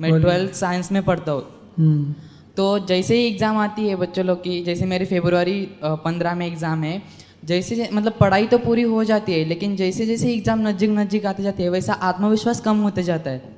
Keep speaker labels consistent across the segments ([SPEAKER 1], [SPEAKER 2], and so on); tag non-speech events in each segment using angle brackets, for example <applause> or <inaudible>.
[SPEAKER 1] मैं twelfth science में पढ़ता हूँ
[SPEAKER 2] हम्म,
[SPEAKER 1] तो जैसे ही एग्ज़ाम आती है बच्चों लोग की जैसे मेरी फेब्रुवरी पंद्रह में एग्ज़ाम है जैसे जै- मतलब पढ़ाई तो पूरी हो जाती है लेकिन जैसे जैसे एग्ज़ाम नज़दीक नज़दीक आते जाते हैं वैसा आत्मविश्वास कम होते जाता है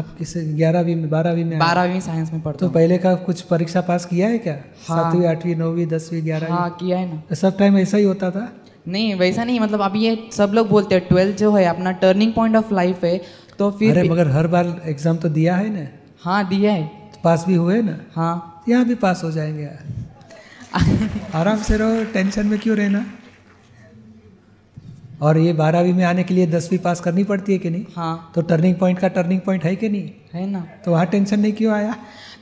[SPEAKER 2] आप किस ग्यारहवीं में बारहवीं में आए?
[SPEAKER 1] बारहवीं साइंस में पढ़ता
[SPEAKER 2] तो
[SPEAKER 1] हूँ
[SPEAKER 2] पहले का कुछ परीक्षा पास किया है क्या सातवीं आठवीं नौवीं दसवीं
[SPEAKER 1] हाँ
[SPEAKER 2] ग्यारहवीं
[SPEAKER 1] किया है ना
[SPEAKER 2] सब टाइम ऐसा ही होता था
[SPEAKER 1] नहीं वैसा नहीं मतलब अब ये सब लोग बोलते हैं ट्वेल्थ जो है अपना टर्निंग पॉइंट ऑफ लाइफ है तो फिर
[SPEAKER 2] अरे
[SPEAKER 1] भी-
[SPEAKER 2] मगर हर बार एग्जाम तो दिया है ना
[SPEAKER 1] हाँ दिया है
[SPEAKER 2] तो पास भी हुए ना
[SPEAKER 1] हाँ
[SPEAKER 2] यहाँ भी पास हो
[SPEAKER 1] <laughs>
[SPEAKER 2] जाएंगे आराम से रहो टेंशन में क्यों रहना और ये बारहवीं में आने के लिए दसवीं पास करनी पड़ती है कि नहीं
[SPEAKER 1] हाँ
[SPEAKER 2] तो टर्निंग पॉइंट का टर्निंग पॉइंट है कि नहीं
[SPEAKER 1] है ना
[SPEAKER 2] तो वहाँ टेंशन नहीं क्यों आया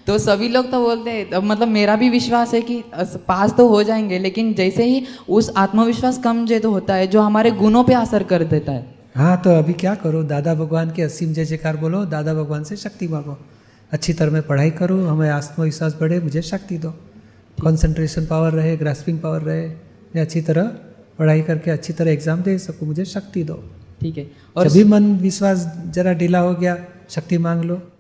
[SPEAKER 1] तो सभी लोग तो बोलते हैं तो मतलब मेरा भी विश्वास है कि अस- पास तो हो जाएंगे लेकिन जैसे ही उस आत्मविश्वास कम जे तो होता है जो हमारे गुणों पे असर कर देता है
[SPEAKER 2] हाँ तो अभी क्या करो दादा भगवान के असीम जय जयकार बोलो दादा भगवान से शक्ति मांगो अच्छी तरह मैं पढ़ाई करूँ हमें आत्मविश्वास बढ़े मुझे शक्ति दो कंसंट्रेशन पावर रहे ग्रास्पिंग पावर रहे मैं अच्छी तरह पढ़ाई करके अच्छी तरह एग्जाम दे सकूँ मुझे शक्ति दो
[SPEAKER 1] ठीक है
[SPEAKER 2] और
[SPEAKER 1] और
[SPEAKER 2] भी मन विश्वास जरा ढीला हो गया शक्ति मांग लो